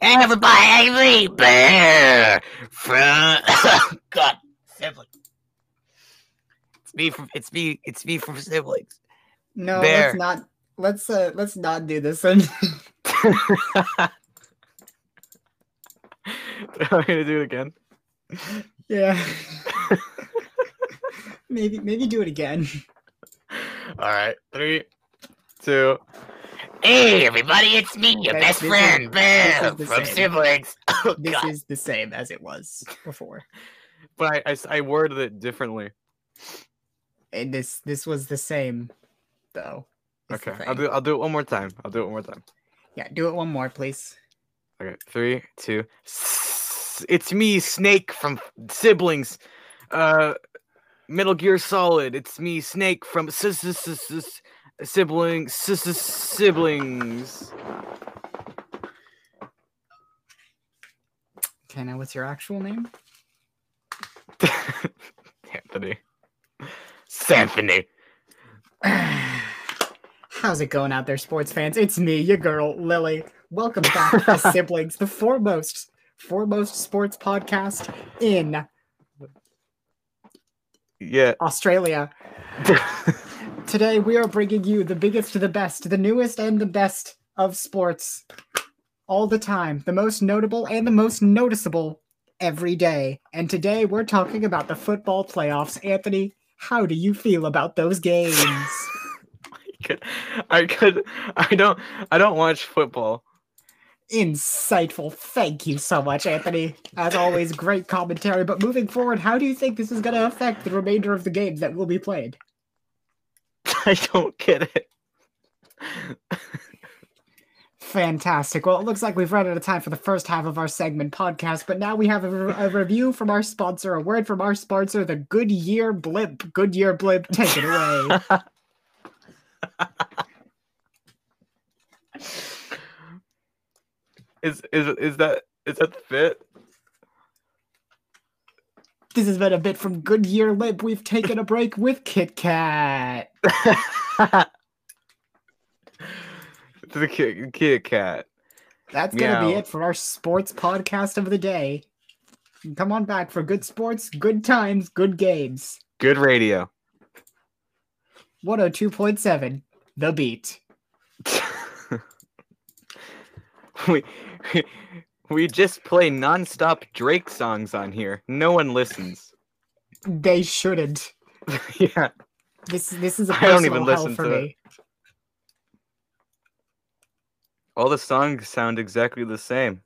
Everybody, Avery Bear from God siblings. It's me from it's me it's me from siblings. No, Bear. let's not. Let's uh, let's not do this one. I'm gonna do it again. yeah. maybe maybe do it again. All right, three, two. Hey everybody, it's me, your Okay, best this is- friend Bear this is the from same. siblings. This God. is the same as it was before. But I, I s- I worded it differently. And this this was the same, though. is the Okay, I'll thing. do I'll do it one more time. I'll do it one more time. Yeah, do it one more, please. Okay, three, two. S- It's me, Snake from Siblings. Uh, Metal Gear Solid. It's me, Snake from sis- sis- sis- sis- Siblings. sis- sis- Siblings. Can I know what's your actual name? Anthony. Symphony. How's it going out there, sports fans? It's me, your girl, Lily. Welcome back to Siblings, the foremost, foremost sports podcast in Yeah. Australia. Today, we are bringing you the biggest, the best, the newest, and the best of sports all the time, the most notable and the most noticeable every day. And today, we're talking about the football playoffs. Anthony, how do you feel about those games? I could. I don't. I don't watch football. Insightful. Thank you so much, Anthony. As always, great commentary. But moving forward, how do you think this is going to affect the remainder of the games that will be played? I don't get it. Fantastic. Well, it looks like we've run out of time for the first half of our segment podcast, but now we have a, re- a review from our sponsor, a word from our sponsor, the Goodyear Blimp. Goodyear Blimp, take it away. Is is is that is that the fit? this has been a bit from Goodyear Limp. We've taken a break with Kit Kat. It's a kid, kid cat. That's going to be Meow. it for our sports podcast of the day. Come on back for good sports, good times, good games. Good radio. 102.7, The Beat. we, we we just play nonstop Drake songs on here. No one listens. They shouldn't. yeah. This this is a I don't personal even hell listen for to it. me. All the songs sound exactly the same.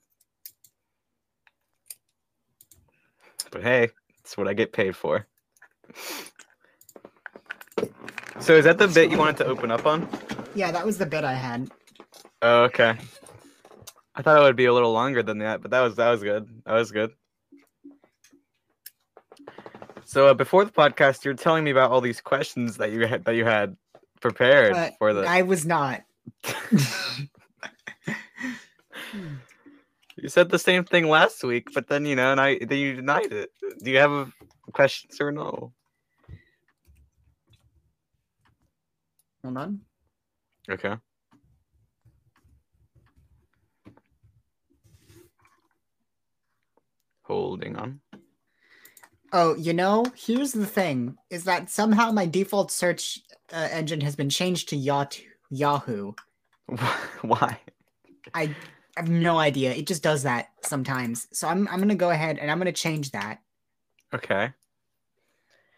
But hey, it's what I get paid for. So is that the bit you wanted to open up on? Yeah, that was the bit I had. Oh, okay. I thought it would be a little longer than that, but that was that was good. That was good. So uh, before the podcast, you were telling me about all these questions that you had that you had prepared But for the. I was not. You said the same thing last week, but then you know, and I then you denied it. Do you have a questions or no? Hold on. Okay. Holding on. Oh, you know, here's the thing: is that somehow my default search uh, engine has been changed to Yahoo. Yahoo. Why? I I have no idea. It just does that sometimes. So I'm I'm gonna go ahead and I'm gonna change that. Okay.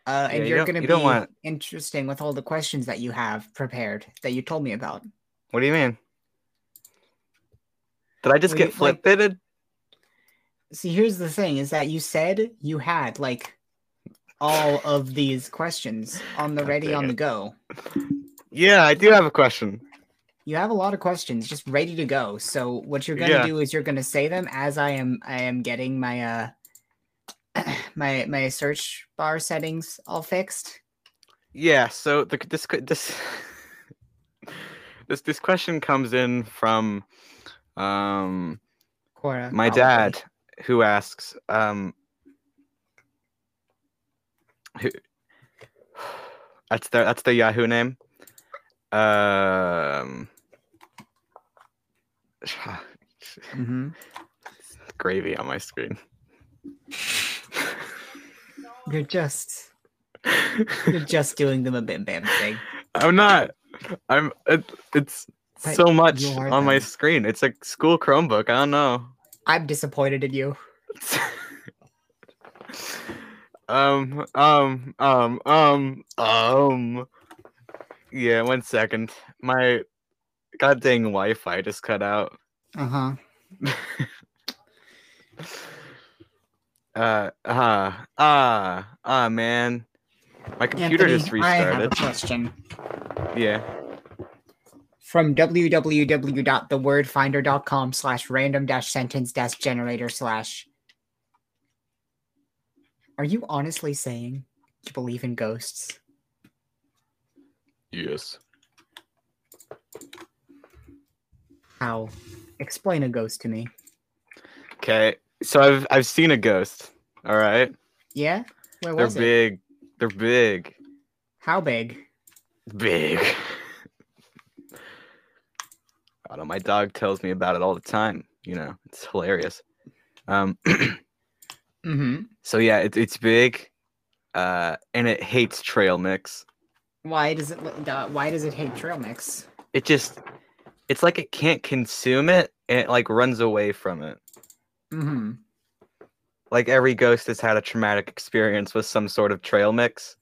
Uh, Yeah, and you you're don't- gonna be you don't want- interesting with all the questions that you have prepared that you told me about. What do you mean? Did I just Well, get you- like- flip bitted? See, here's the thing: is that you said you had like all of these questions on the God ready dang on it. the go. Yeah, I do have a question. You have a lot of questions just ready to go. So what you're gonna Yeah. do is you're gonna say them as I am I am getting my uh my my search bar settings all fixed. Yeah, so the, this que- this this this question comes in from um Cora, my probably. dad who asks um who, that's their that's their yahoo name um Mhm. gravy on my screen. You're just you're just doing the bim bam thing. I'm not. I'm. It, it's But so much you are on my them. screen. It's a school Chromebook. I don't know. I'm disappointed in you. um. Um. Um. Um. Um. Yeah. One second. My god dang Wi-Fi just cut out. Uh huh. Uh. Ah. Ah. Ah. Man. My computer just Anthony, I have a restarted. question Yeah. from www.thewordfinder.com slash random dash sentence dash generator slash. Are you honestly saying you believe in ghosts? Yes. How? Explain a ghost to me. Okay. So I've I've seen a ghost. All right. Yeah? Where They're was it? big. They're big. How big? Big. I don't know, my dog tells me about it all the time. You know, it's hilarious. Um. Mm-hmm. So yeah, it, it's big. Uh, and it hates trail mix. Why does it li- uh, why does it hate trail mix? It just, it's like it can't consume it, and it like runs away from it. Mm-hmm. like every ghost has had a traumatic experience with some sort of trail mix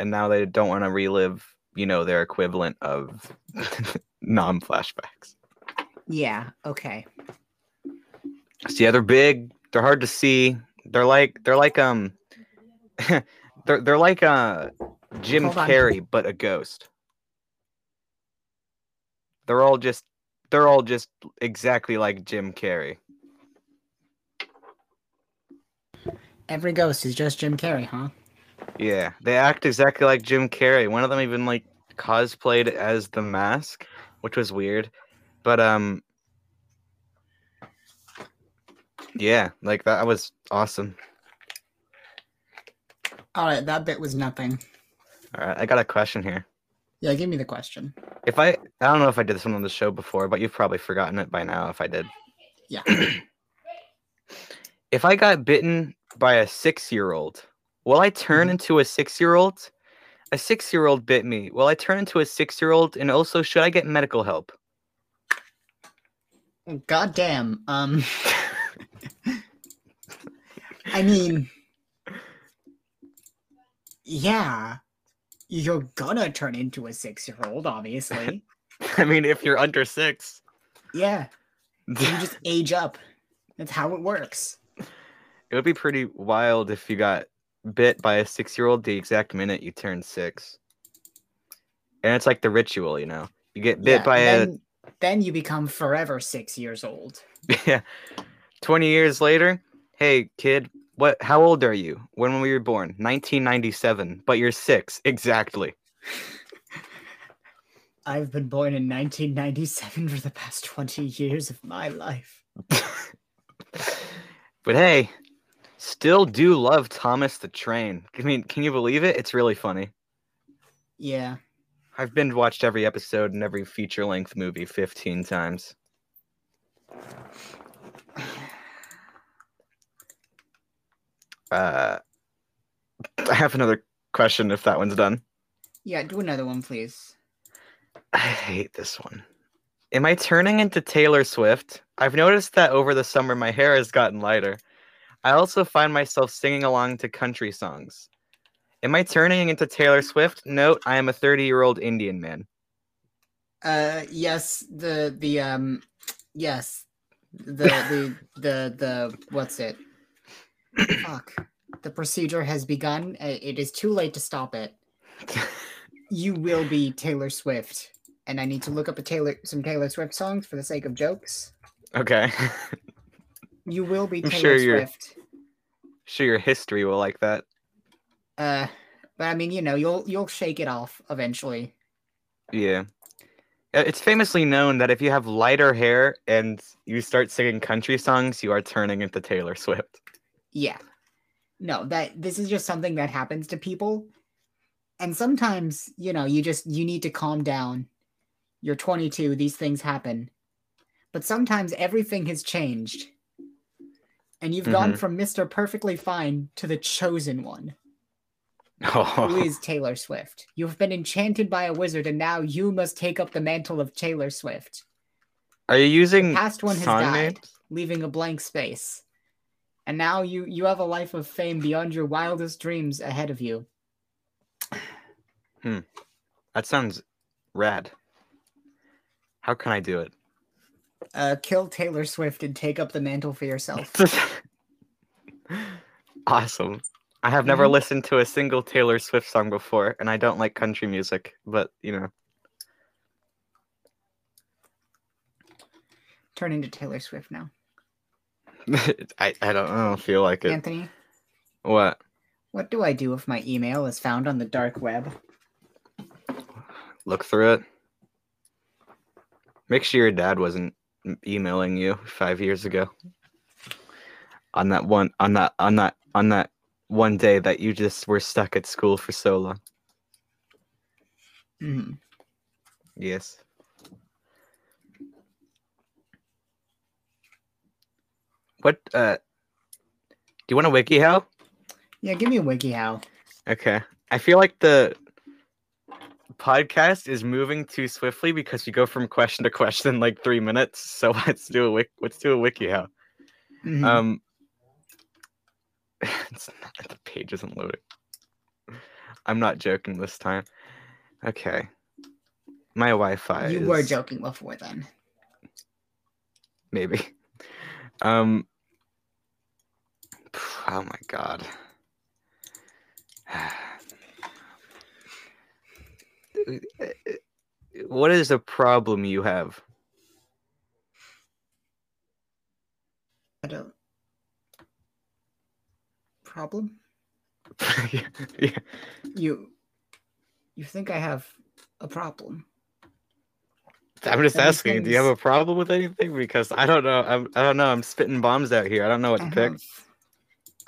and now they don't want to relive you know their equivalent of non flashbacks Yeah, okay. so yeah they're big they're hard to see they're like they're like um they're, they're like uh jim Hold on. carrey but a ghost they're all just they're all just exactly like jim carrey Every ghost is just Jim Carrey, huh? Yeah, they act exactly like Jim Carrey. One of them even like cosplayed as the mask, which was weird. But um Yeah, like that was awesome. All right, that bit was nothing. All right, I got a question here. Yeah, give me the question. If I I don't know if I did this one on the show before, but you've probably forgotten it by now if I did. Yeah. if I got bitten by a 6-year-old, will I turn Mhm. into a 6-year-old? A 6-year-old bit me. Will I turn into a 6-year-old and also should I get medical help? God damn. Um I mean Yeah. You're gonna turn into a six year old, obviously. I mean, if you're under six, Yeah. You it just age up. That's how it works. would be pretty wild if you got bit by a six year old the exact minute you turn six. And it's like the ritual, you know? You get bit Yeah, by then, then you become forever six years old. a yeah. Twenty years later, hey kid, what how old are you? When were you born? Nineteen ninety seven, but you're six, exactly. I've been born in 1997 for the past 20 years of my life. But hey, still do love Thomas the Train. I mean, can you believe it? It's really funny. Yeah. I've been watched every episode and every feature length movie 15 times. Uh, I have another question if that one's done. Yeah, do another one, please. I hate this one. Am I turning into Taylor Swift? I've noticed that over the summer my hair has gotten lighter. I also find myself singing along to country songs. Am I turning into Taylor Swift? Note, I am a 30 year old Indian man. Uh yes, the the um yes. The the the the what's it? Fuck. The procedure has begun. Uh, It is too late to stop it. You will be Taylor Swift. And I need to look up a Taylor some Taylor Swift songs for the sake of jokes. Okay. You will be I'm Taylor sure you're- Swift. sure, your history will like that. Uh but I mean, you know, you'll you'll shake it off eventually. Yeah. Uh, It's famously known that if you have lighter hair and you start singing country songs, you are turning into Taylor Swift. Yeah. No, that this is just something that happens to people. And sometimes, you know, you just you need to calm down. You're 22, these things happen. But sometimes everything has changed. and you've gone from Mr. Perfectly Fine to the chosen one, who Oh, is Taylor Swift. You have been enchanted by a wizard, and now you must take up the mantle of Taylor Swift. are you using Past one has song died, names? leaving a blank space. And now you you have a life of fame beyond your wildest dreams ahead of you. That sounds rad. How can I do it? Uh, kill Taylor Swift and take up the mantle for yourself. awesome. I have never Mhm. listened to a single Taylor Swift song before, and I don't like country music, but you know. Turn into Taylor Swift now, I, I don't I don't feel like it. Anthony. What? What do I do if my email is found on the dark web? Look through it. Make sure your dad wasn't m- emailing you five years ago. On that one on that on that on that one day that you just were stuck at school for so long. hmm Yes. What uh do you want a wiki how? Yeah, give me a WikiHow. Okay. I feel like the podcast is moving too swiftly because you go from question to question in like three minutes. So let's do a wik- let's do a wiki how. Mhm. Um it's not, the page isn't loading. I'm not joking this time. Okay. My Wi-Fi you is were joking before then. maybe. Um. Oh my god. What is the problem you have? I don't. Problem? yeah, yeah. You. You think I have a problem? I'm just asking. Do you have a Everything's- problem with anything? Because I don't know. I'm, I don't know. I'm spitting bombs out here. I don't know what I to pick. have.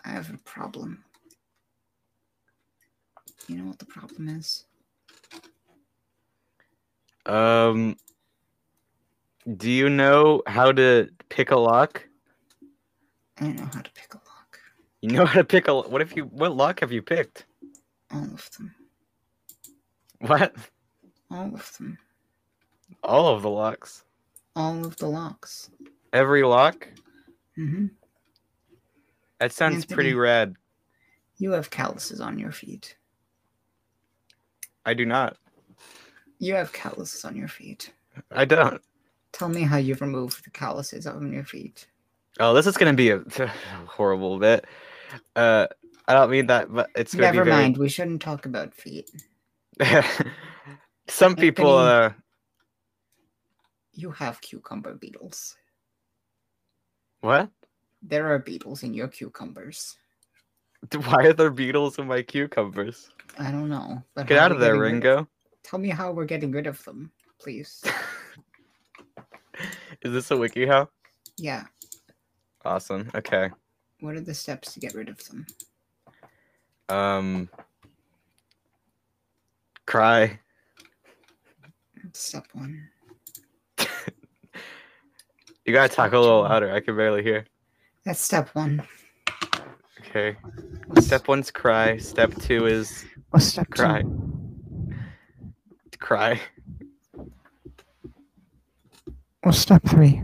I have a problem. You know what the problem is? Um. Do you know how to pick a lock? I don't know how to pick a lock. You know how to pick a. What if you? What lock have you picked? All of them. What? All of them. All of the locks. All of the locks. Every lock? hmm That sounds pretty Anthony. rad. You have calluses on your feet. I do not. You have calluses on your feet. I don't. Tell me how you remove the calluses on your feet. Oh, this is gonna be a horrible bit. Uh, I don't mean that, but it's gonna Never be very. mind. We shouldn't talk about feet. Some people. Uh, Anthony. You have cucumber beetles. what? There are beetles in your cucumbers. D- Why are there beetles in my cucumbers? I don't know. But Get how out we're of there, getting rid- Ringo. Tell me how we're getting rid of them, please. Is this a wiki how? yeah. Awesome. Okay. What are the steps to get rid of them? Um. Cry. Step one. You gotta talk a little Stop. louder. I can barely hear. That's step one. Okay. What's, Step one's cry. Step two is what's step two? cry. Cry. What's step three?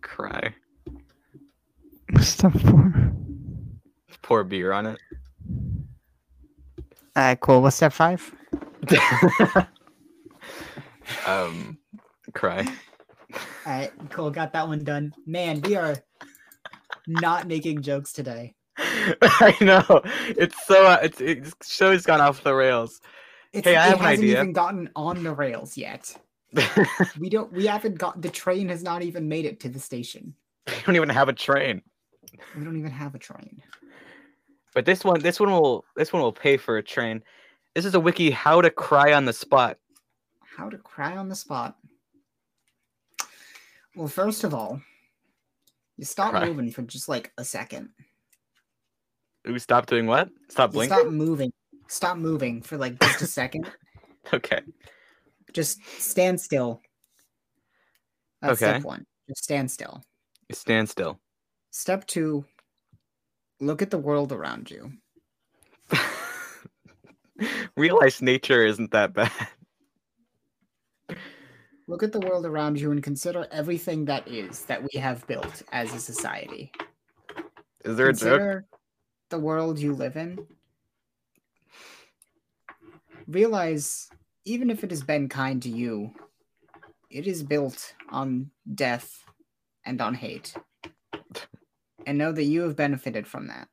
Cry. What's step four? Pour beer on it. All right, cool. What's step five? um, cry. All right, cool. Got that one done. Man, we are not making jokes today. I know. It's so. uh, It's it's show's gone off the rails. It's, Hey, I it have an hasn't idea. even gotten on the rails yet. we We don't. We haven't got. The train has not even made it to the station. don't even have a train. We don't even have a train. But this one, this one will, this one will pay for a train. This is a wiki how to cry on the spot. How to cry on the spot? Well, first of all, you stop Cry. moving for just like a second. Ooh, stop doing what? Stop You blinking. stop moving. Stop moving for like just a second. Okay. Just stand still. That's step Okay. one. Just stand still. Stand still. Step two, look at the world around you. Realize nature isn't that bad. Look at the world around you and consider everything that is that we have built as a society. Is there a joke? Consider the world you live in. Realize, even if it has been kind to you, it is built on death and on hate. And know that you have benefited from that.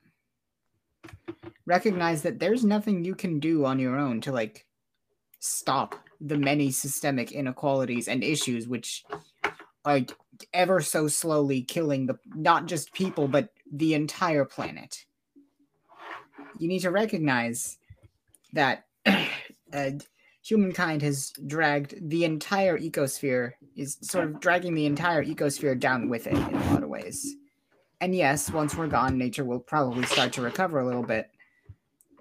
Recognize that there's nothing you can do on your own to, like, stop the many systemic inequalities and issues which, like, ever so slowly killing the not just people but the entire planet. You need to recognize that uh, humankind has dragged the entire ecosphere is sort of dragging the entire ecosphere down with it in a lot of ways. And yes, once we're gone, nature will probably start to recover a little bit,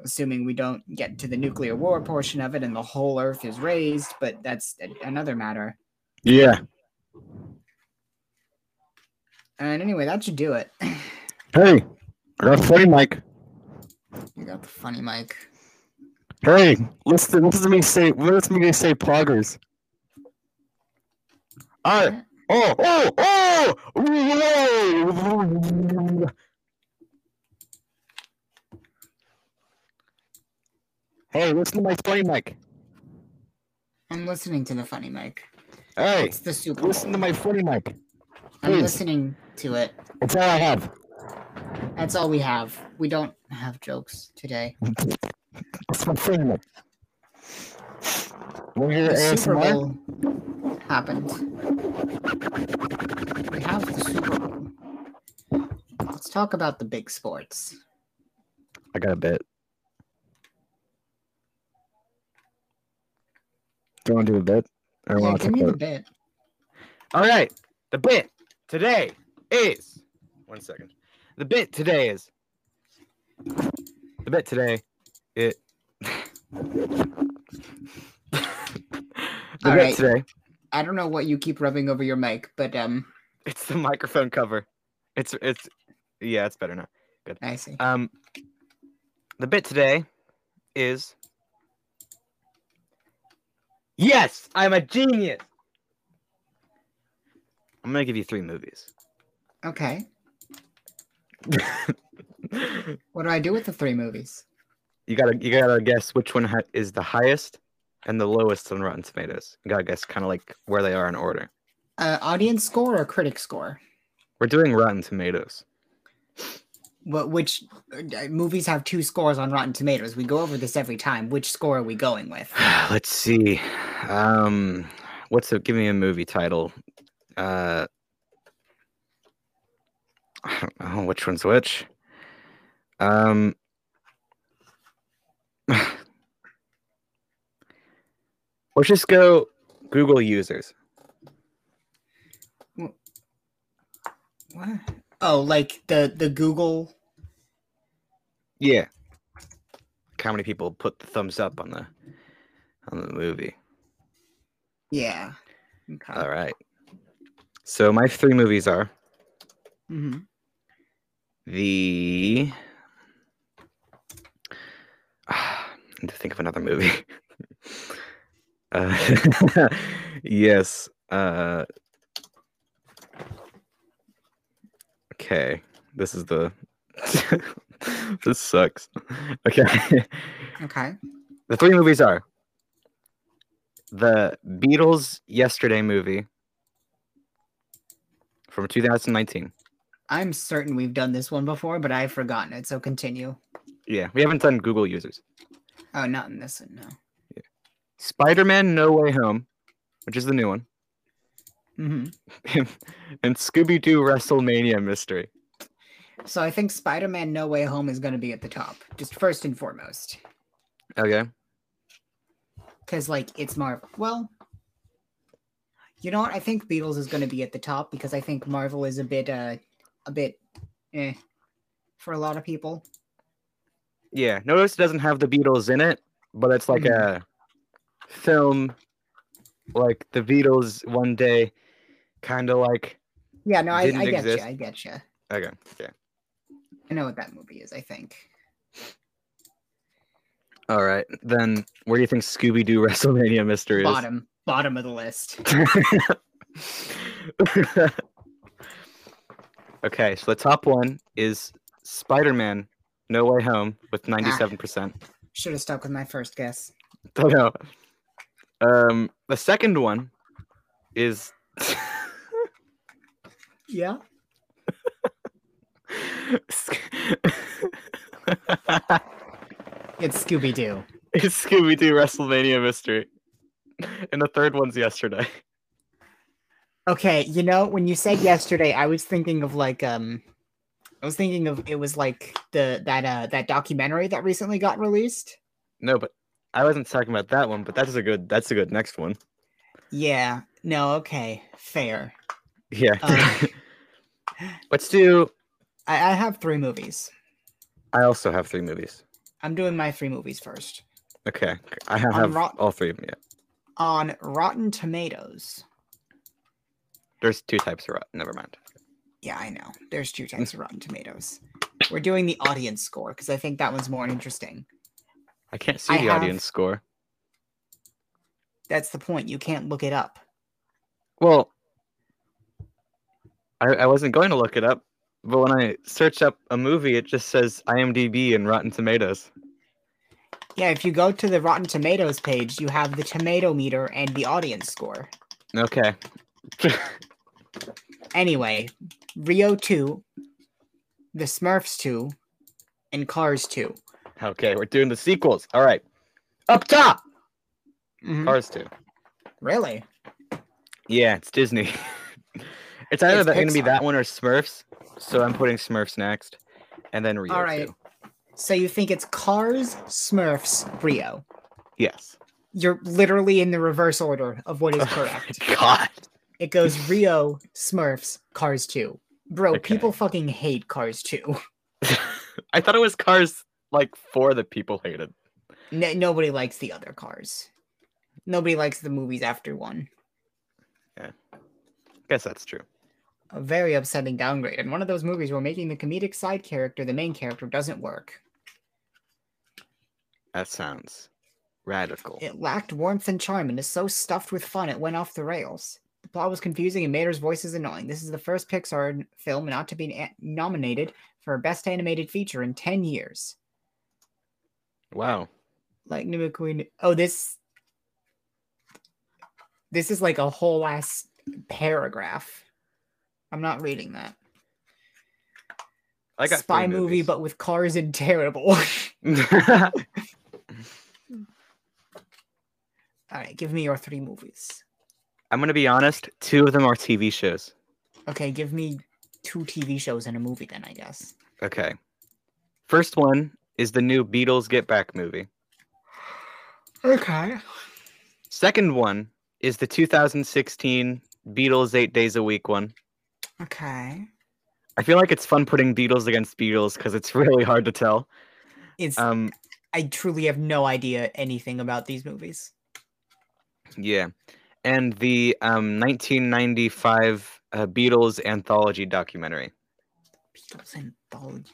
assuming we don't get to the nuclear war portion of it and the whole Earth is raised. But that's a- another matter. Yeah. And anyway, that should do it. you Hey, I got a funny mic. got the funny mic. Hey, listen, listen to me say, listen to me say poggers. I, oh, oh, oh! whoa. Hey, listen to my funny mic. I'm listening to the funny mic. Hey, It's the Super Bowl. listen to my funny mic. I'm please. listening to it. That's all I have. That's all we have. We don't have jokes today. That's my funny mic. Want to hear The Super ASMR? Bowl happened. We have the Super Bowl. Let's talk about the big sports. I got a bit. Do you want to do a bit? Or Yeah, wanna give talk me the about- bit. All right. The bit today is one second. The bit today is the bit today. It. the bit right. today. I don't know what you keep rubbing over your mic, but um, It's the microphone cover. It's it's yeah. It's better now. I see. Um, the bit today is yes, I'm a genius. I'm gonna give you three movies. Okay. What do I do with the three movies? You gotta you gotta guess which one ha- is the highest and the lowest on Rotten Tomatoes. You gotta guess kind of like where they are in order. Uh, audience score or critic score? We're doing Rotten Tomatoes. What which uh, movies have two scores on Rotten Tomatoes? We go over this every time. Which score are we going with? Let's see. Um, what's a give me a movie title? Uh, I don't know which one's which. Um, or just go Google users. What? Oh, like the the Google. Yeah. How many people put the thumbs up on the on the movie? Yeah. Okay. All right. So my three movies are hmm the. I need to think of another movie. uh, yes. Uh, okay. This is the. this sucks. Okay. Okay. The three movies are the Beatles Yesterday movie from 2019. I'm certain we've done this one before, but I've forgotten it. So continue. Yeah, we haven't done Google users. Oh, not in this one. Spider Man No Way Home, which is the new one, No. hmm and Scooby Doo WrestleMania Mystery. So I think Spider-Man: No Way Home is going to be at the top, just first and foremost, Okay. because like it's Marvel. Well, you know what? I think Beatles is going to be at the top because I think Marvel is a bit uh a bit eh for a lot of people. Yeah, notice it doesn't have the Beatles in it, but it's like a film like the Beatles one day kind of like Yeah, no, I, Didn't I get you. exist. I get you. okay, okay. I know what that movie is. I think. All right, then where do you think Scooby Doo WrestleMania Mystery is? Bottom, bottom of the list. okay, so the top one is Spider Man No Way Home with 97%. Should have stuck with my first guess. Don't know. Oh, Um, the second one is Yeah. It's Scooby Doo. It's Scooby Doo WrestleMania Mystery. And the third one's yesterday. Okay, you know, when you said yesterday, I was thinking of like um I was thinking of it was like the that uh that documentary that recently got released. No, but I wasn't talking about that one, but that's a good that's a good next one. Yeah. No, okay. Fair. Yeah. Um, Let's do I, I have three movies. I also have three movies. I'm doing my three movies first. Okay. I have, On have Rot- all three of them, yeah. On Rotten Tomatoes. There's two types of rot. Never mind. Yeah, I know. There's two types of Rotten Tomatoes. We're doing the audience score because I think that one's more interesting. I can't see I the have- audience score. That's the point. You can't look it up. Well, I, I wasn't going to look it up, but when I search up a movie, it just says IMDb and Rotten Tomatoes. Yeah, if you go to the Rotten Tomatoes page, you have the tomato meter and the audience score. Okay. Anyway, Rio 2, The Smurfs 2, and Cars 2. Okay, we're doing the sequels. All right. Up top. Mm-hmm. Cars 2. Really? Yeah, it's Disney. it's either It's going to be Pixar. that one or Smurfs. So I'm putting Smurfs next. And then Rio. All right. 2. So you think it's Cars, Smurfs, Rio. Yes. You're literally in the reverse order of what is correct. God. it goes Rio, Smurfs, Cars 2. Bro, Okay. people fucking hate Cars 2. I thought it was Cars like four that people hated. N- nobody likes the other cars. Nobody likes the movies after one. Guess that's true. a very upsetting downgrade and one of those movies where making the comedic side character the main character doesn't work. That sounds radical. It lacked warmth and charm and is so stuffed with fun it went off the rails. The plot was confusing and Mater's voice is annoying. This is the first Pixar n- film not to be an- nominated for Best Animated Feature in 10 years. Wow. Like New Queen. Oh, this. This is like a whole ass paragraph. I'm not reading that. I got Spy movie, but with cars and terrible. but All right, give me your three movies. I'm gonna be honest. Two of them are TV shows. Okay, give me two TV shows and a movie then, I guess. Okay. First one is the new Beatles Get Back movie. Okay. Second one is the 2016 Beatles Eight Days a Week one. Okay. I feel like it's fun putting Beatles against Beatles because it's really hard to tell. It's Um, I truly have no idea anything about these movies. yeah, and the um 1995 uh, Beatles anthology documentary. Beatles anthology.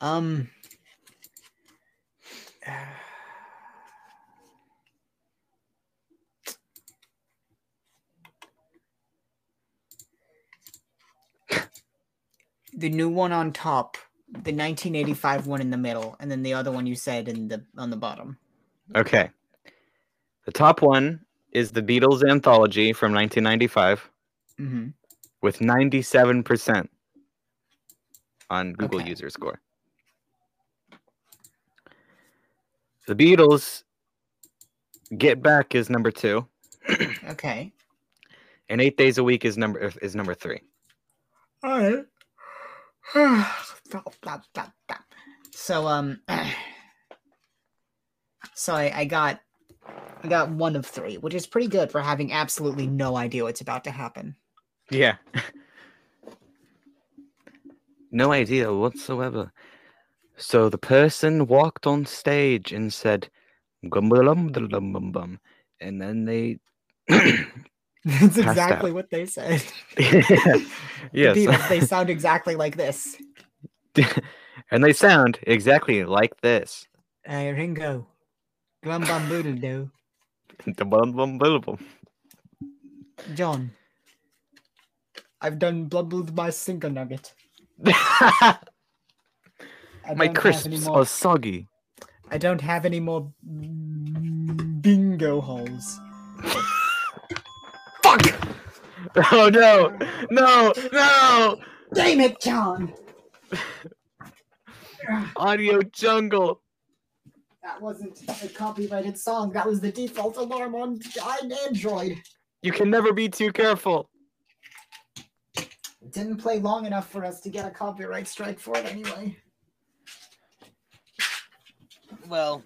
Um The new one on top, the 1985 one in the middle, and then the other one you said in the on the bottom. Okay. The top one is the Beatles anthology from 1995 Mm-hmm. with 97% on Google Okay. user score. The Beatles Get Back is number 2 Okay. and 8 Days a Week is number is number 3. All right. Stop, stop, stop, stop. So um, so I, I got I got one of three, which is pretty good for having absolutely no idea what's about to happen. Yeah. no idea whatsoever. So the person walked on stage and said, "Gum-ba-dum-ba-dum-bum-bum," and then they That's out. exactly what they said. The Beatles, they yes. sound exactly like this. and they sound exactly like this. Uh, Ringo. Glum bum boodle do. The bum bum bum bum. John. I've done blumbled my single nugget. I My don't have any crisps more- are soggy. I don't have any more bingo holes. Fuck! Oh no! No! No! Damn it, John! Audio jungle. That wasn't a copyrighted song. That was the default alarm on on Android. You can never be too careful. It didn't play long enough for us to get a copyright strike for it anyway. Well,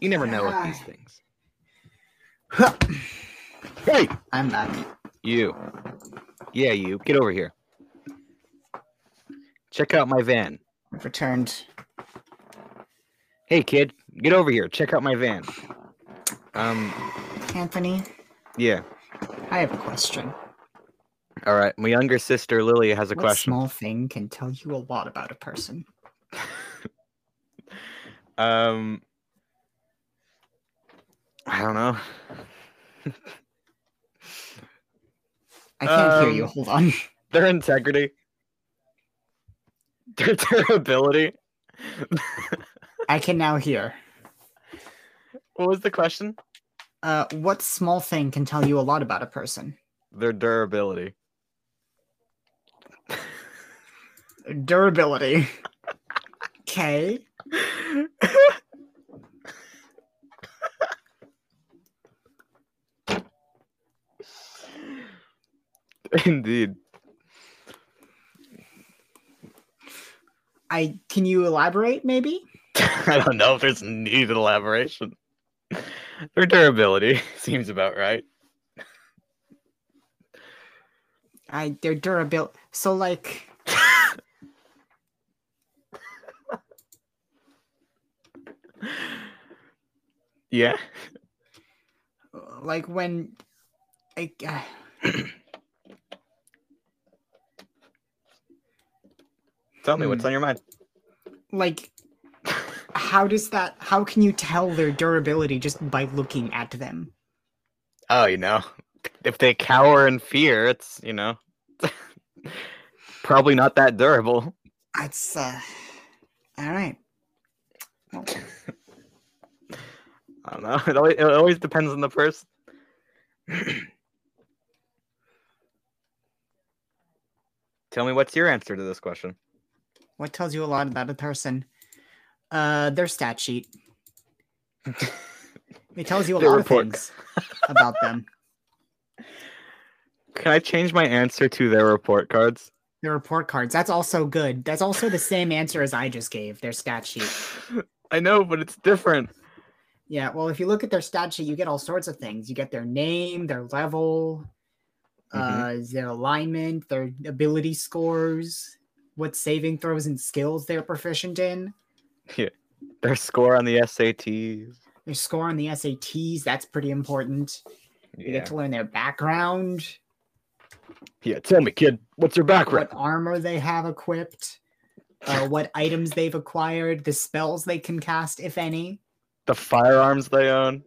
You never know with these things. Hey, I'm back. You. Yeah, you. Get over here. Check out my van. I've returned. Hey, kid. Get over here. Check out my van. Um, Anthony, yeah. I have a question. All right. My younger sister, Lily, has a what question. small thing can tell you a lot about a person? Um, I don't know. I can't hear you. Um, Hold on. Their integrity, their durability. I can now hear. What was the question? Uh, what small thing can tell you a lot about a person? Their durability. Durability. Okay. Indeed. I can you elaborate maybe? I don't know if there's needed elaboration. Their durability seems about right. I they're durable. So like Yeah. like when I uh, Tell me what's on your mind. like how does that how can you tell their durability just by looking at them? Oh, you know, if they cower in fear, it's, you know, probably not that durable. That's uh all right. I don't know. It always, it always depends on the person. Tell me what's your answer to this question? What tells you a lot about a person? Uh their stat sheet. It tells you a Their lot report. of things about them. Can I change my answer to their report cards? The report cards. That's also good. That's also the same answer as I just gave. Their stat sheet. I know, but it's different. Yeah, well, if you look at their stat sheet, you get all sorts of things. You get their name, their level, uh, their alignment, their ability scores, what saving throws and skills they're proficient in, Their score on the SATs. their score on the SATs. That's pretty important. You Yeah. get to learn their background, Yeah. Tell me, kid, what's your background? what armor they have equipped, uh, what items they've acquired, the spells they can cast, if any. The firearms they own.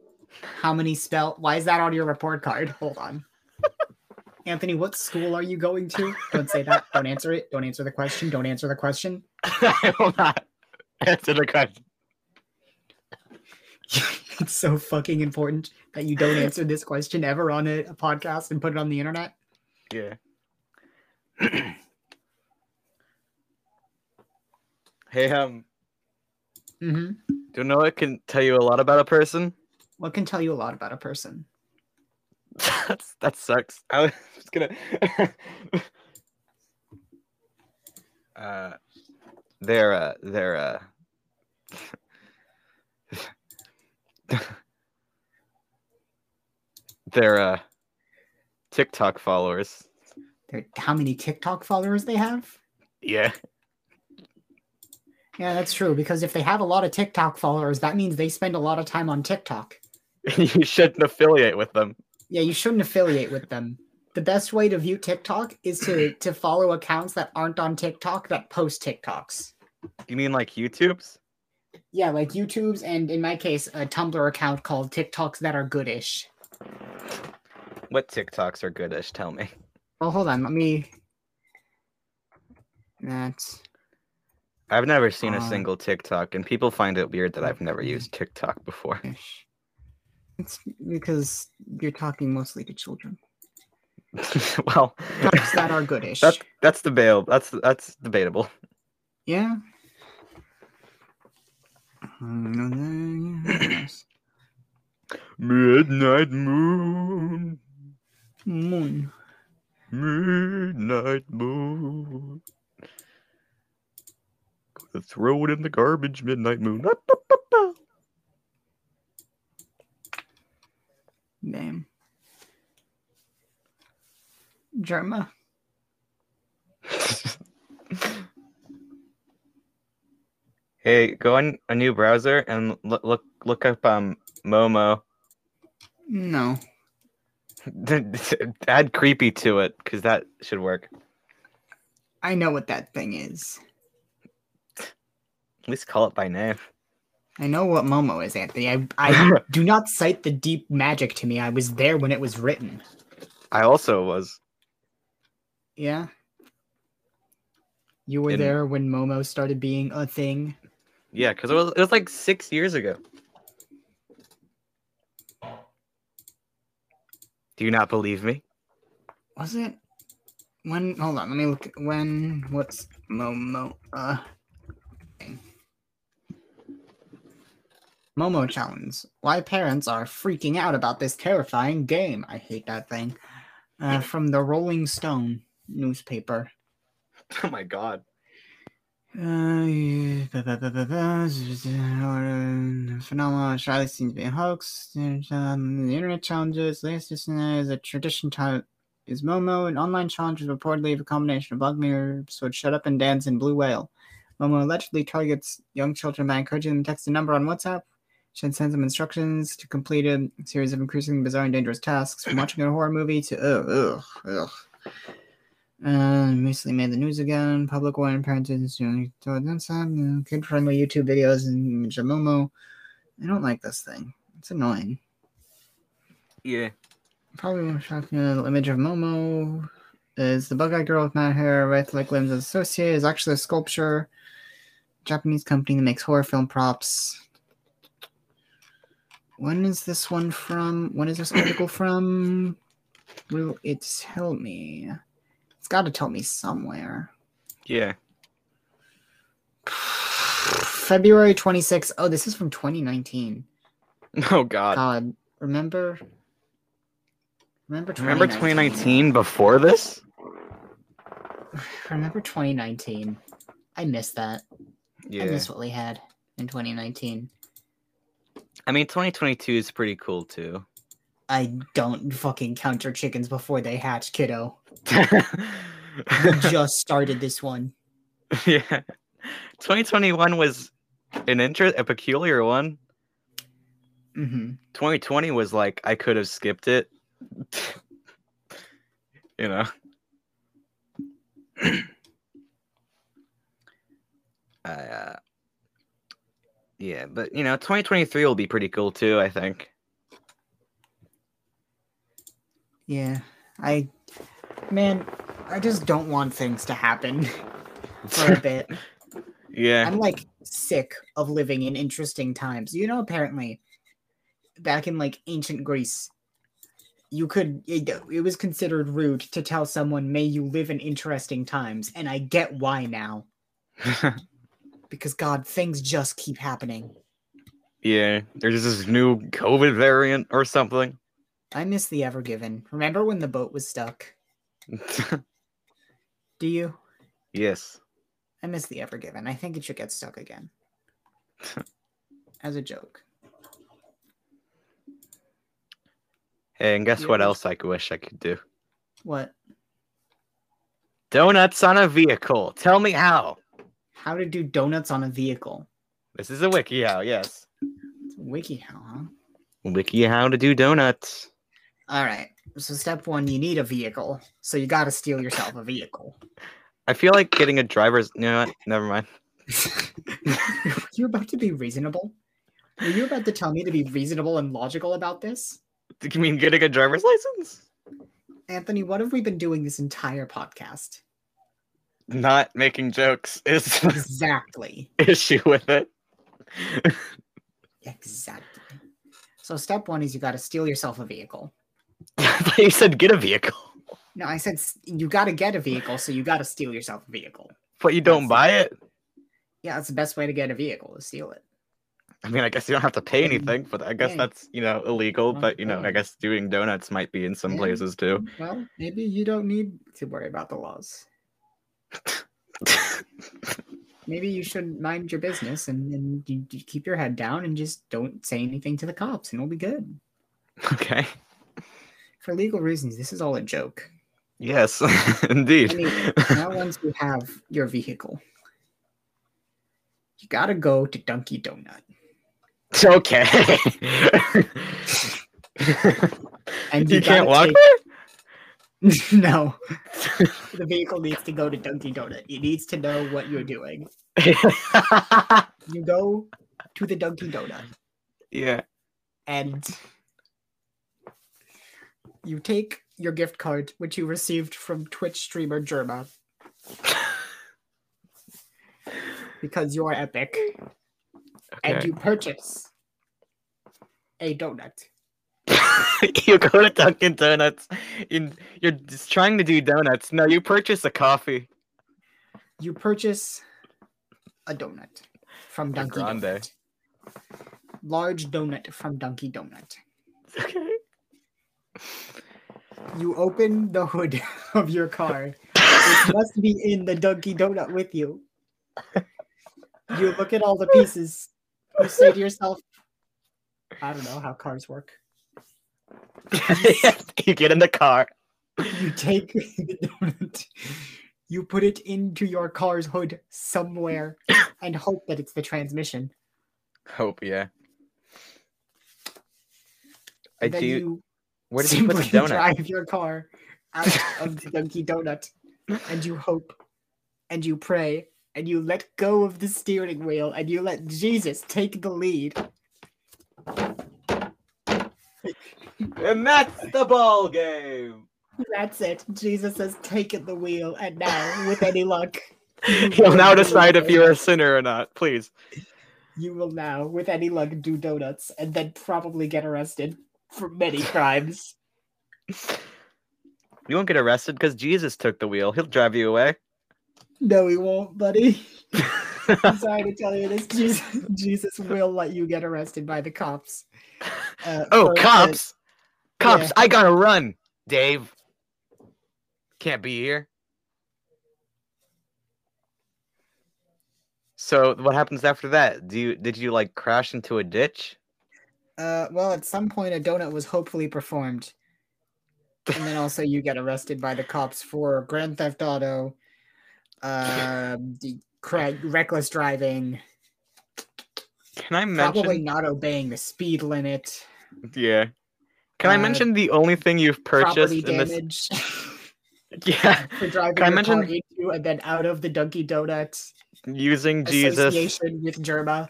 How many spell? Why is that on your report card? Hold on. Anthony, what school are you going to? Don't say that. Don't answer it. Don't answer the question. Don't answer the question. I will not answer the question. it's so fucking important that you don't answer this question ever on a, a podcast and put it on the internet. Yeah. hey, um, hmm do you know what can tell you a lot about a person? What can tell you a lot about a person? That's that sucks. I was just gonna. uh, they're uh, they're uh. They're uh TikTok followers. They're, how many TikTok followers they have? Yeah. Yeah, that's true. Because if they have a lot of TikTok followers, that means they spend a lot of time on TikTok. you shouldn't affiliate with them. Yeah, you shouldn't affiliate with them. The best way to view TikTok is to to follow accounts that aren't on TikTok that post TikToks. You mean like YouTube's? Yeah, like YouTube's and in my case, a Tumblr account called TikToks that are goodish. What TikToks are goodish? Tell me. Well, Oh, hold on, let me. That's I've never seen a Uh, single TikTok, and people find it weird that I've never used TikTok before. ish. It's because you're talking mostly to children. well, Talks that are goodish. that's that's debatable. That's that's debatable. Yeah. Mm, and then, yeah, yes. Midnight moon, Moon. midnight moon. Gonna throw it in the garbage, midnight moon. Damn. Germa. hey, go on a new browser and look look look up um Momo. No. Add creepy to it because that should work. I know what that thing is. At least call it by name. I know what Momo is, Anthony. I, I do not cite the deep magic to me. I was there when it was written. I also was. Yeah. You were In- there when Momo started being a thing. Yeah, because it was, it was like six years ago. Do you not believe me? Was it? When? Hold on. Let me look. When? What's Momo? Uh. thing? Momo challenge. Why parents are freaking out about this terrifying game? I hate that thing. Uh, from the Rolling Stone newspaper. Oh my god. Uh, yeah, ba- ba- ba- ba- ba, z- z- uh, Phenomena Charlie seems to be a hoax. There's, um, The internet challenges, latest listener is a tradition type is Momo, and online challenges reportedly have a combination of bug mirrors, would shut up and dance in blue whale. Momo allegedly targets young children by encouraging them to text a number on WhatsApp, which then sends them instructions to complete a series of increasingly bizarre and dangerous tasks, from watching a horror movie to ugh, ugh, ugh. Uh, recently made the news again. Public warning parents and students toward them some kid friendly YouTube videos and Jamomo. I don't like this thing. It's annoying. Yeah. Probably more shocking than the image of Momo is the bug eyed girl with mad hair, right like limbs is associated, is actually a sculpture. Japanese company that makes horror film props. When is this one from? When is this article from? Will it tell me? It's got to tell me somewhere. Yeah. February 26th. Oh, this is from 2019. Oh god. God, remember? Remember 2019? Remember 2019 before this? Remember 2019? I miss that. I Yeah. miss what we had in 2019. I mean, 2022 is pretty cool too. I don't fucking count your chickens before they hatch, kiddo. We yeah. just started this one. 2021 was an inter- a peculiar one. Mm-hmm. 2020 was like I could have skipped it. you know. I, uh, yeah, but you know, 2023 will be pretty cool too, I think. Yeah, I, man, I just don't want things to happen for a bit. yeah. I'm like sick of living in interesting times. You know, apparently, back in like ancient Greece, you could it, it was considered rude to tell someone, "May you live in interesting times," and I get why now because God, things just keep happening. yeah. There's this new COVID variant or something. I miss the Ever Given. Remember when the boat was stuck? Do you? yes. I miss the Ever Given. I think it should get stuck again. As a joke. Hey, and guess Yeah, what there's- else I wish I could do? What? Donuts on a vehicle. Tell me how. How to do donuts on a vehicle. This is a wiki how, yes. It's WikiHow, huh? Wiki how to do donuts. All right. So step one, you need a vehicle. So you got to steal yourself a vehicle. I feel like getting a driver's. You know what? Never mind. You're about to be reasonable. Were you about to tell me to be reasonable and logical about this? You mean getting a driver's license? Anthony, what have we been doing this entire podcast? Not making jokes is the Exactly. issue with it. Exactly. So step one is you got to steal yourself a vehicle. I thought you said get a vehicle, No, I said s- you got to get a vehicle, so you got to steal yourself a vehicle. but you don't That's- buy it. Yeah, that's the best way to get a vehicle is steal it. I mean, I guess you don't have to pay Mm. anything, but I guess Yeah. that's you know illegal. Well, But you know, yeah. I guess doing donuts might be in some Yeah. places too. Well, maybe you don't need to worry about the laws. Maybe you should mind your business and, and you, you keep your head down and just don't say anything to the cops, and we'll be good. okay. For legal reasons, this is all a joke. Yes, indeed. Anyway, now once you have your vehicle, you gotta go to Dunkin' Donut, okay. and you can't gotta walk take- there. no, the vehicle needs to go to Dunkin' Donut. It needs to know what you're doing. You go to the Dunkin' Donut. yeah. and you take your gift card, which you received from Twitch streamer Germa, because you are epic, and Okay. you purchase a donut. You... go to Dunkin' Donuts. In you're just trying to do donuts. No, you purchase a coffee. You purchase a donut from A Dunkin' grande. Donut. Large donut from Dunkin' Donut. Okay. You open the hood of your car. it must be in the Dunkin' Donut with you. You look at all the pieces. You say to yourself, I don't know how cars work. you get in the car. You take the donut, you put it into your car's hood somewhere, and hope that it's the transmission. Hope, yeah. I And then do. you Where did you simply put the donut? drive your car out of the Dunkin' Donut, and you hope, and you pray, and you let go of the steering wheel, and you let Jesus take the lead. And that's the ball game. That's it. Jesus has taken the wheel, and now, with any luck, He'll now will do decide if donuts. you're a sinner or not. Please. You will now, with any luck, do donuts, and then probably get arrested for many crimes. You won't get arrested because Jesus took the wheel. He'll drive you away. No, he won't, buddy. I'm sorry to tell you this. Jesus, Jesus will let you get arrested by the cops. Uh, oh, for the- cops! Cops, yeah. I gotta run, Dave. Can't be here. So what happens after that? Do you did you like crash into a ditch? Uh, well, at some point, a donut was hopefully performed. And then also, you get arrested by the cops for Grand Theft Auto, uh, the cra- reckless driving, Can I mention? probably not obeying the speed limit, Yeah. Can I Uh, mention the only thing you've purchased property in this? damage Yeah, for driving Can I your car mention- into and then out of the Dunkin' Donut using Jesus. association with Germa.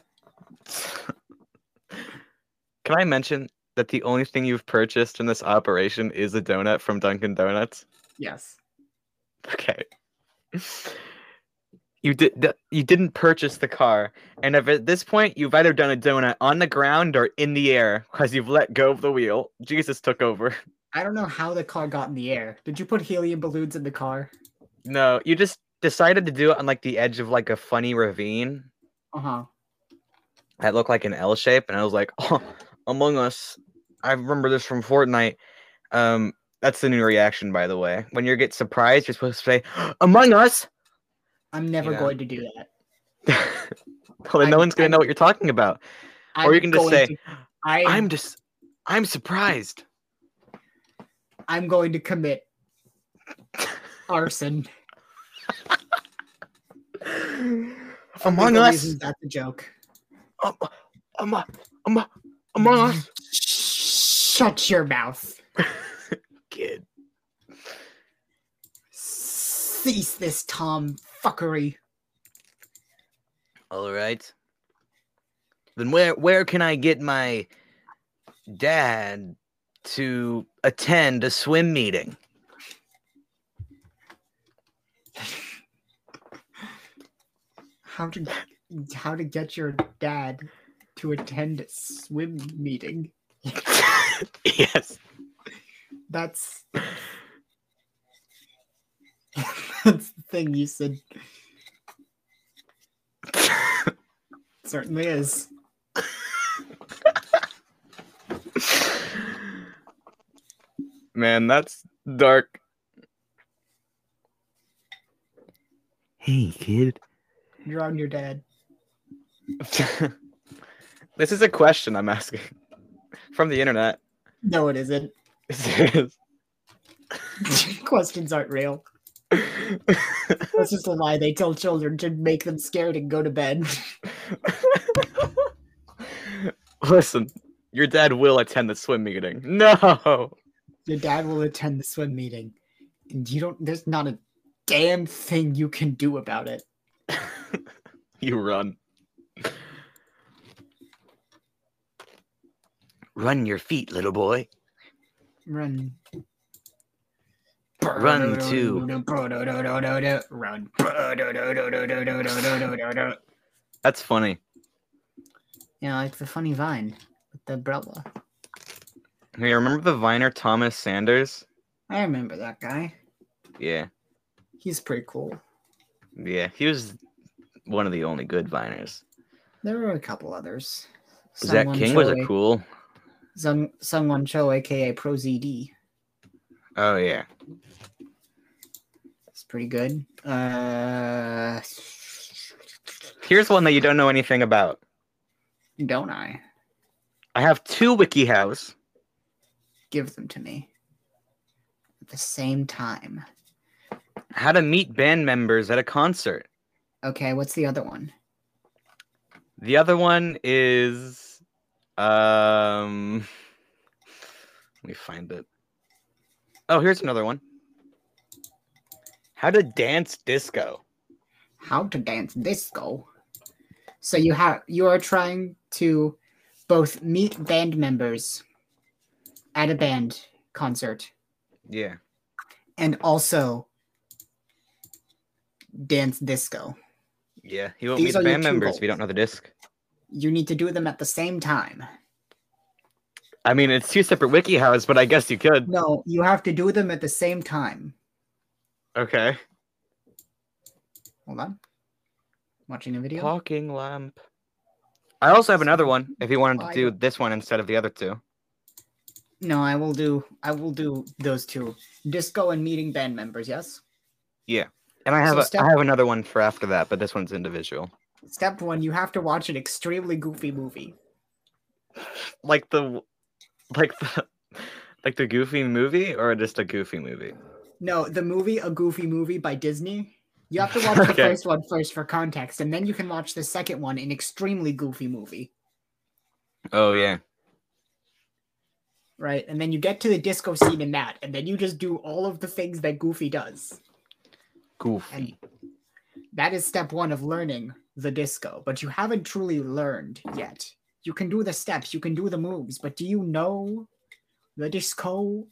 Can I mention that the only thing you've purchased in this operation is a donut from Dunkin' Donuts? Yes. Okay. You did. th- You didn't purchase the car, and if at this point you've either done a donut on the ground or in the air because you've let go of the wheel, Jesus took over. I don't know how the car got in the air. Did you put helium balloons in the car? No, you just decided to do it on like the edge of like a funny ravine Uh huh. that looked like an L shape, and I was like, "Oh, Among Us." I remember this from Fortnite. Um, that's the new reaction, by the way. When you get surprised, you're supposed to say, "Among Us." I'm never Yeah. going to do that. well, then I'm- no one's gonna know I'm- what you're talking about. I'm Or you can just going say, to- I'm, I'm just I'm surprised. I'm going to commit arson. Among Legal us, reasons, That's a joke. um, um, um, among us. Shut your mouth. kid. Cease this Tom fuckery. All right. Then where where can I get my dad to attend a swim meeting? How to how to get your dad to attend a swim meeting? yes. That's that's the thing you said. Certainly is. Man, that's dark. Hey, kid. You're on your dad. this is a question I'm asking from the internet. No, it isn't. Questions aren't real. That's just a lie they tell children to make them scared and go to bed. Listen, your dad will attend the swim meeting. No. Your dad will attend the swim meeting, and you don't. There's not a damn thing you can do about it. You run. Run your feet, little boy. Run. Run to- Run. That's funny. Yeah, like the funny vine with the umbrella. Hey, remember the Viner Thomas Sanders? I remember that guy. Yeah. He's pretty cool. Yeah. He was one of the only good Viners. There were a couple others. Zach Sungwon King was a Choi- cool. Sung Sungwon Cho, aka Pro ZD. Oh yeah. It's pretty good. Uh, Here's one that you don't know anything about. don't I? I have two WikiHows. Give them to me. At the same time. How to meet band members at a concert. Okay, what's the other one? The other one is um let me find it. Oh, here's another one. How to dance disco. How to dance disco. So you have you are trying to both meet band members at a band concert Yeah. and also dance disco. Yeah. He won't These meet are the your band two members if you don't goals. know the disc. You need to do them at the same time. I mean it's two separate wiki hows, but I guess you could. No, you have to do them at the same time. Okay. Hold on. Watching a video. Talking lamp. I also have another one if you wanted to Why do this one instead of the other two. No, I will do. I will do those two. Disco and meeting band members. Yes. And I have So a I step- have another one for after that, but this one's individual. Step one: you have to watch an extremely goofy movie. like the like the like the goofy movie or just a goofy movie No, the movie A Goofy Movie by Disney. You have to watch the Okay. first one first for context, and then you can watch the second one, an extremely goofy movie, oh yeah right? And then you get to the disco scene in that, and then you just do all of the things that Goofy does. goofy That is step one of learning the disco, but you haven't truly learned yet. You can do the steps, you can do the moves, but do you know the disco?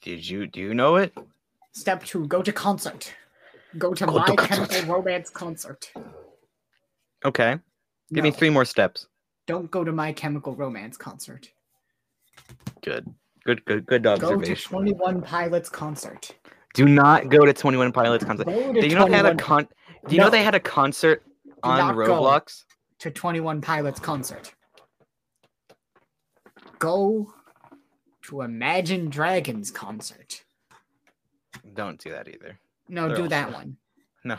did you do you know it Step two, go to concert. Go to Go My to concert. Chemical Romance concert. okay give me No, three more steps Don't go to My Chemical Romance concert. good good good good Go to observation 21 Pilots concert. do not go to 21 pilots concert Go to, do you know they had a 21 con do you know they No. had a concert on not go. roblox to 21 Pilots concert. Go to Imagine Dragons concert. don't do that either No, They're do all- that one. Oh. no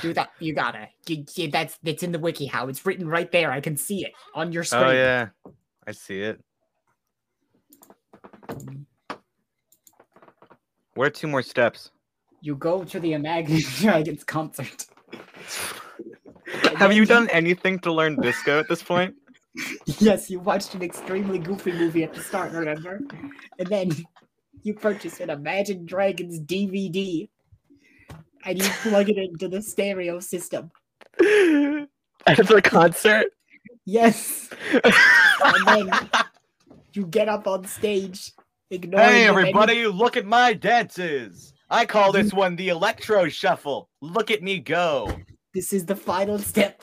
Do that. You gotta. You, you- that's that's in the wiki. How it's written right there. I can see it on your screen. oh yeah i see it what are two more steps You go to the Imagine Dragons concert. have you done anything to learn disco at this point Yes, you watched an extremely goofy movie at the start. Remember, and then You purchase an Imagine Dragons DVD and you plug it into the stereo system. At the concert. Yes. and then you get up on stage, ignoring Hey, the menu- everybody, look at my dances. I call this one the electro shuffle. Look at me go. This is the final step.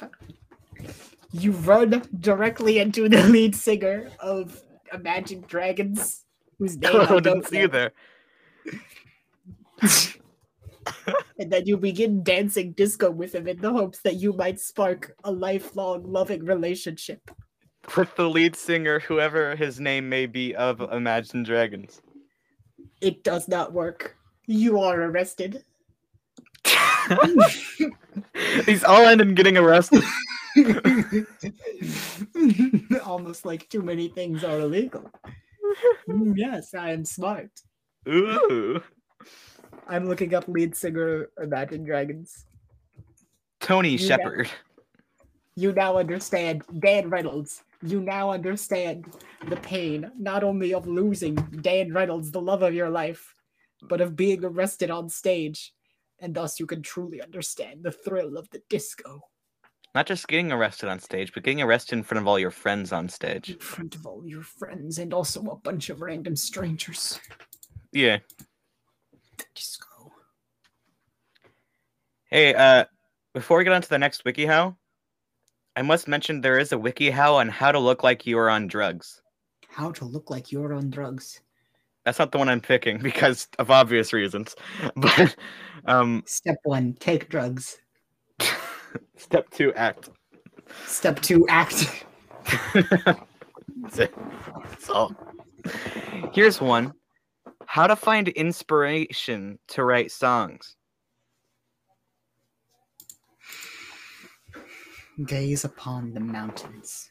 You run directly into the lead singer of Imagine Dragons, whose name I Clone don't didn't see know. you there. and then you begin dancing disco with him in the hopes that you might spark a lifelong loving relationship. With the lead singer, whoever his name may be, of Imagine Dragons. It does not work. You are arrested. These all end in getting arrested. Almost like too many things are illegal. Mm, yes, I am smart. Ooh. I'm looking up lead singer Imagine Dragons. Tony Yeah. Shepard. You now understand, Dan Reynolds. You now understand the pain not only of losing Dan Reynolds, the love of your life, but of being arrested on stage. And thus you can truly understand the thrill of the disco Not just getting arrested on stage, but getting arrested in front of all your friends on stage. in front of all your friends and also a bunch of random strangers. Yeah. The disco. Hey, uh, before we get on to the next WikiHow, I must mention there is a WikiHow on how to look like you are on drugs. How to look like you're on drugs. That's not the one I'm picking because of obvious reasons. But um, Step one, take drugs. step two, act. Step two, act. That's it. That's all. Here's one: How to find inspiration to write songs. Gaze upon the mountains,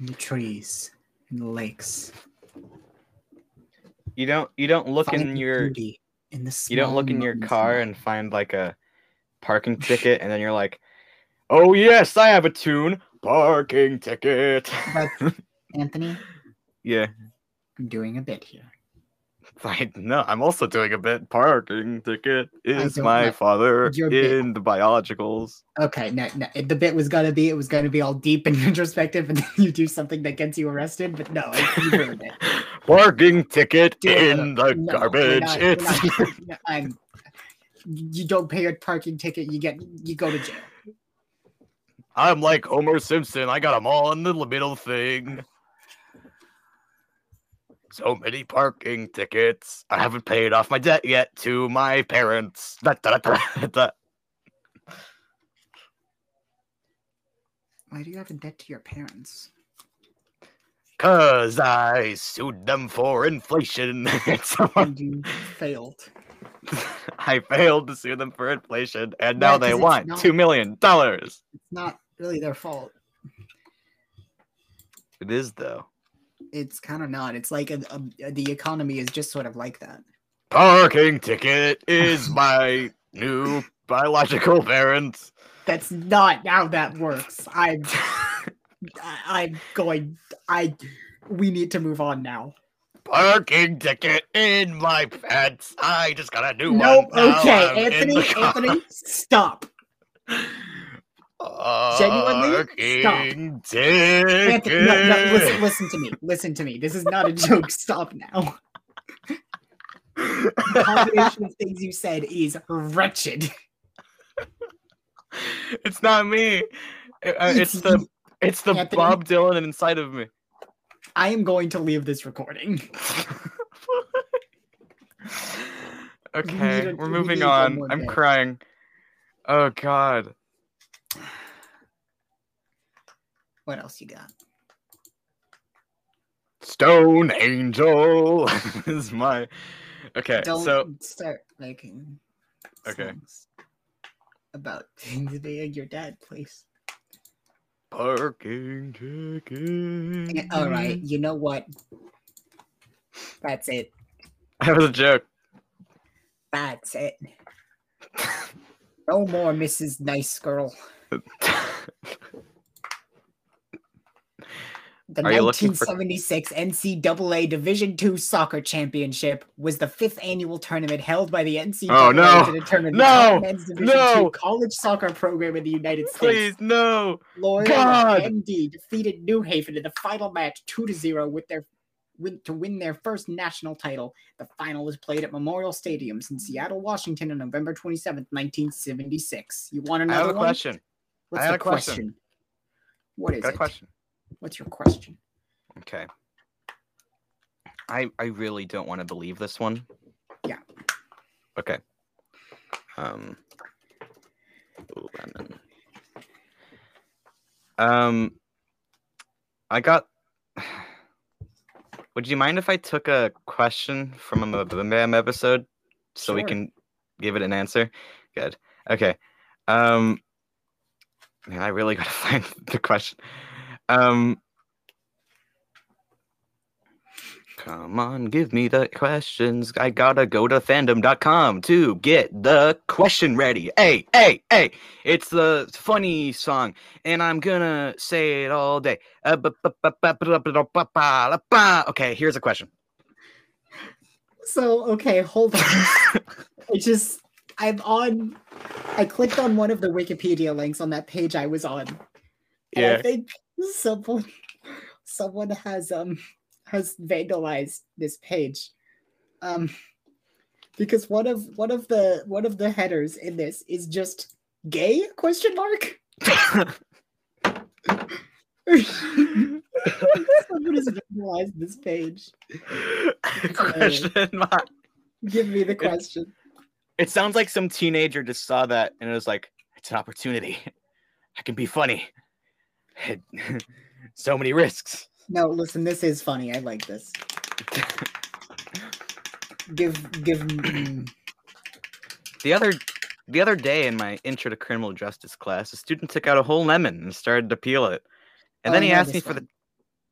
and the trees, and the lakes. You don't you don't look Find in the your beauty in the you don't small look in your moments car and find like a parking ticket, and then you're like, "Oh yes, I have a tune." Parking ticket. Anthony, yeah. I'm doing a bit here. I no, I'm also doing a bit. Parking ticket is don't my like father your bit. in the biologicals. Okay, no, no, it- the bit was gonna be it was gonna be all deep and introspective, and then you do something that gets you arrested. But no, it- you ruined it. Parking ticket Dude, in No, the we're garbage. not- we're it's not- no, I'm- you don't pay your parking ticket, you get you go to jail. I'm like Homer Simpson. I got them all in the middle thing. So many parking tickets. I haven't paid off my debt yet to my parents. Da, da, da, da, da. Why do you have a debt to your parents? Cause I sued them for inflation. And so And you failed. I failed to sue them for inflation, and Yeah, now 'cause they it's want not- two million dollars. It's not really their fault. It is though. it's kind of not. It's like a, a, the economy is just sort of like that. Parking ticket is my new biological parents. That's not how that works. I'm, I- I'm going. I, we need to move on now. Parking ticket in my pants. I just got a new Nope. one. Now I'm Okay, in Anthony. the car. Anthony, stop. Genuinely? Stop. Parking ticket. Anthony, no, no, listen, listen to me. Listen to me. This is not a joke. Stop now. The combination of things you said is wretched. it's not me. Uh, uh, It's the it's the Anthony? Bob Dylan inside of me. I am going to leave this recording. okay, a- we're we moving need one on. more I'm day. crying. Oh god. What else you got? Stone Angel is my Okay, Don't so start making Okay. songs about things being your dad, please. parking ticket. Eh, All right, you know what? That's it. That was a joke. That's it. No more, Mrs. Nice Girl. The Are you looking for- 1976 NCAA Division II Soccer Championship was the fifth annual tournament held by the NCAA Oh, no. to determine No. the top men's Division No. II college soccer program in the United States. Please, no. Loyola God. MD defeated New Haven in the final match 2 to 0 with their with, to win their first national title. The final was played at Memorial Stadiums in Seattle, Washington on November 27th, 1976. You want I another have a one? question. What's I had the a question. What is Got a it? question. What's your question? Okay. I I really don't want to believe this one. Yeah. Okay. Um. Lemon. Um. I got. Would you mind if I took a question from a Mabam episode so we Sure. can give it an answer? Good. Okay. Um. Man, I really gotta find the question. Um. Come on, give me the questions. I gotta go to fandom.com to get the question ready. Hey, hey, hey, it's the funny song, and I'm gonna say it all day. Uh, bu- bu- bu- bu- bu- bu- bu- bu- bu- bu- bu- Okay, here's a question. So okay, hold on. it just I'm on. I clicked on one of the Wikipedia links on that page I was on. And I Yeah. think someone someone has um has vandalized this page. Um because one of one of the one of the headers in this is just gay question mark. someone has vandalized this page. question mark. Give me the question. It sounds like some teenager just saw that and it was like, it's an opportunity. I can be funny. so many risks. No, listen, this is funny. I like this. give give mm, The other the other day in my intro to criminal justice class, a student took out a whole lemon and started to peel it. And Oh, then I he know asked me this for the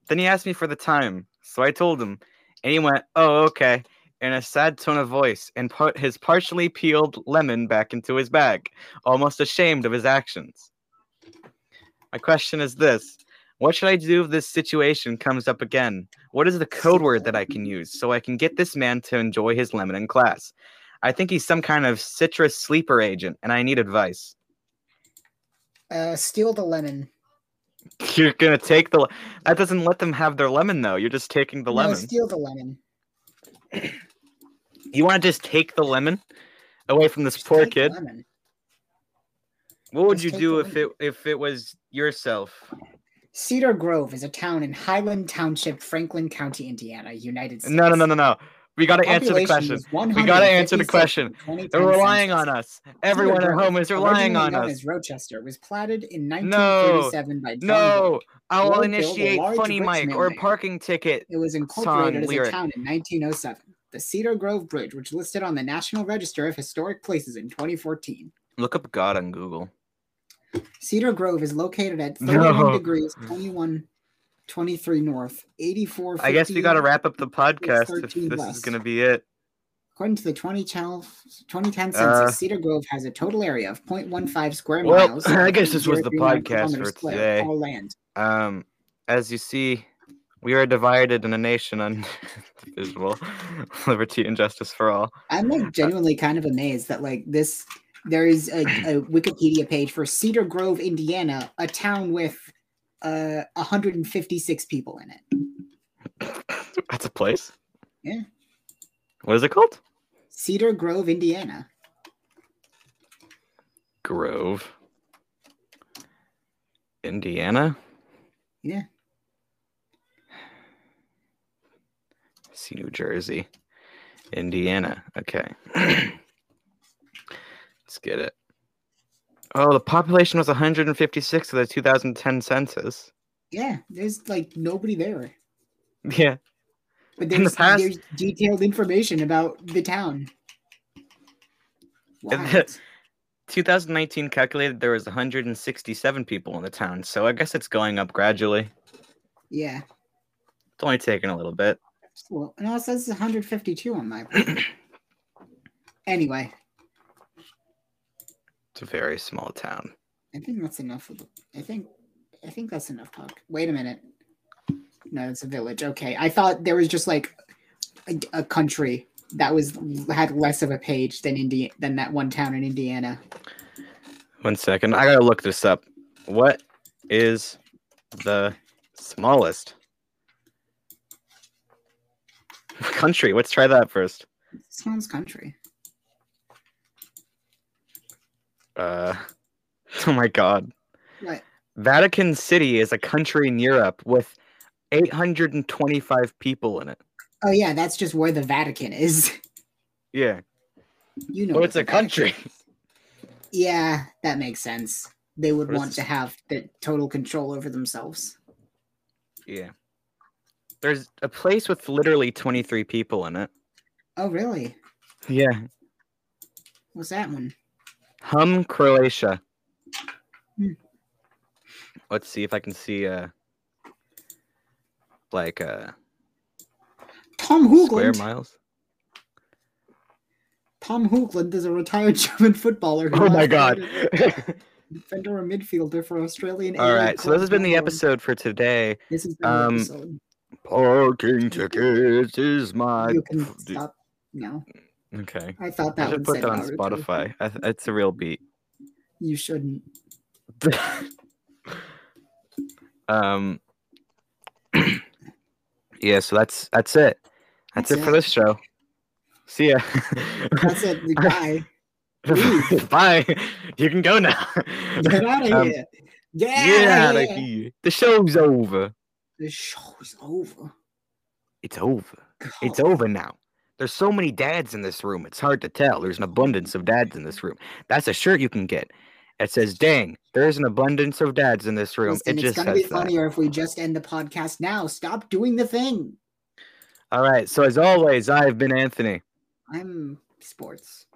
then he asked me for the time. So I told him, and he went, "Oh, okay." In a sad tone of voice, and put his partially peeled lemon back into his bag, almost ashamed of his actions. My question is this: What should I do if this situation comes up again? What is the code word that I can use so I can get this man to enjoy his lemon in class? I think he's some kind of citrus sleeper agent, and I need advice. uh steal the lemon. You're gonna take the. le- That doesn't let them have their lemon though. You're just taking the No, lemon. steal the lemon. you want to just take the lemon away from this Just poor take the kid. lemon. What would Just you take do the if it if it was yourself? Cedar Grove is a town in Highland Township, Franklin County, Indiana, United States. No, no, no, no, no. We gotta answer the question. We gotta answer the question. They're relying on us. Everyone at home is relying on us. As Rochester was platted in No. 1937 by John No, Bull. I will Roy built a initiate large funny rich Mike man or a there. parking ticket. It was incorporated as lyric. a town in 1907. The Cedar Grove Bridge, which listed on the National Register of Historic Places in 2014. Look up God on Google. Cedar Grove is located at No. 31 degrees 21 23 north, 84 I guess we gotta wrap up the podcast if 13 this is west. gonna be it. According to the 20 channel, 2010 census, Uh, Cedar Grove has a total area of 0.15 square Well, miles. I and guess this was the 0.09 podcast for kilometers squared, today. All land. Um, as you see, we are divided in a nation on visual liberty and justice for all. I'm like genuinely kind of amazed that like this there is a, a Wikipedia page for Cedar Grove, Indiana, a town with uh 156 people in it. That's a place. Yeah. What is it called? Cedar Grove, Indiana. Grove, Indiana. Yeah. See New Jersey, Indiana. Okay. Let's get it. Oh, the population was 156 of the 2010 census. Yeah, there's like nobody there. Yeah. But In the there's, past- there's detailed information about the town. And Wild. 2019 calculated there was 167 people in the town, so I guess it's going up gradually. It's yeah. only taking a little bit. Well, no, it says 152 on my. page. anyway, It's a very small town. I think that's enough. Of, I think, I think that's enough talk. Wait a minute. No, it's a village. Okay, I thought there was just like a, a country that was had less of a page than Indi- than that one town in Indiana. One second. I gotta look this up. What is the smallest country? Let's try that first. Sounds country. Uh, oh my god. What? Vatican City is a country in Europe with 825 people in it. Oh yeah, that's just where the Vatican is. Yeah. You know. Well, what Oh, it's the a Vatican- country. Yeah, that makes sense. They would What is want to this? have the total control over themselves. Yeah. There's a place with literally 23 people in it. Oh really? Yeah. What's that one? Hum, Croatia. Hmm. Let's see if I can see uh like uh Tom square Hoogland. miles. Tom Hoogland is a retired German footballer. who Oh my last god. played as a Defender or midfielder for Australian. All A-League right. So this has been the club episode for today. Melbourne. This has been Um, the episode. Parking tickets is my You can stop. No, Okay. I thought that I one should put said that on Naruto. Spotify. I th- it's a real beat. You shouldn't. um Yeah, so that's that's it. That's, That's it, for it. this show. See ya. That's it. Goodbye. Bye. You can go now. Get out of Um, here. Get Yeah, out of like here. you- the show's over. The show's over. It's over. Oh. It's over now. There's so many dads in this room. It's hard to tell. There's an abundance of dads in this room. That's a shirt you can get. It says, "Dang, there's an abundance of dads in this room." Listen, it it's just gonna be says that. funnier if we just end the podcast now. Stop doing the thing. All right. So as always, I've been Anthony. I'm sports.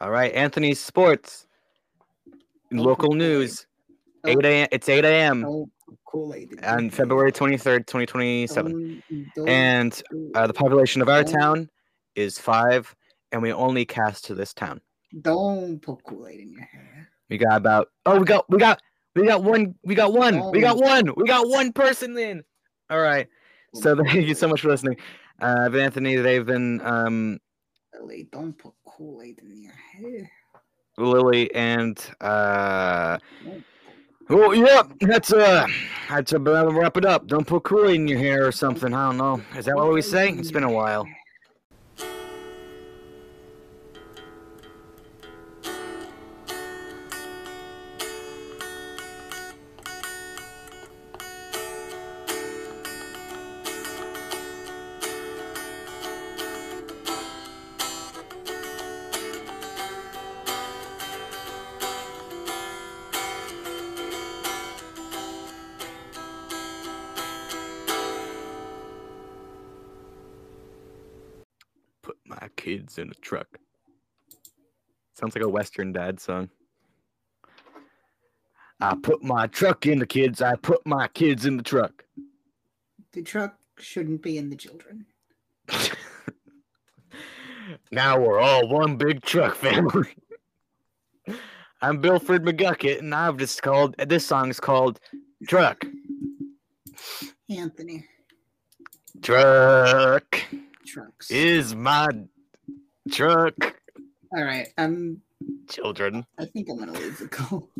All right, Anthony Sports. Local Kool-Aid. news. Oh. Eight a.m. It's eight a.m. Oh, Kool Aid. on Mm. February twenty third, twenty twenty seven, And and uh, the population of our town is five, and we only cast to this town. Don't put Kool Aid in your hair. We got about oh we got we got we got one we got one we got Oh. one we got one person in. All right. So thank you so much for listening. Uh, I've been Anthony. They've been um, Lily, don't put Kool Aid in your hair. Lily and uh. Oh yeah, that's uh, that's about wrap it up. Don't put Kool-Aid in your hair or something. I don't know. Is that what we say? It's been a while. Put my kids in a truck. Sounds like a Western Dad song. I put my truck in the kids. I put my kids in the truck. The truck shouldn't be in the children. now we're all one big truck family. I'm Bilfred McGucket, and I've just called this song's called Truck. Anthony, Truck trucks. is my truck, All right, um, I'm. children. I think I'm gonna leave the call.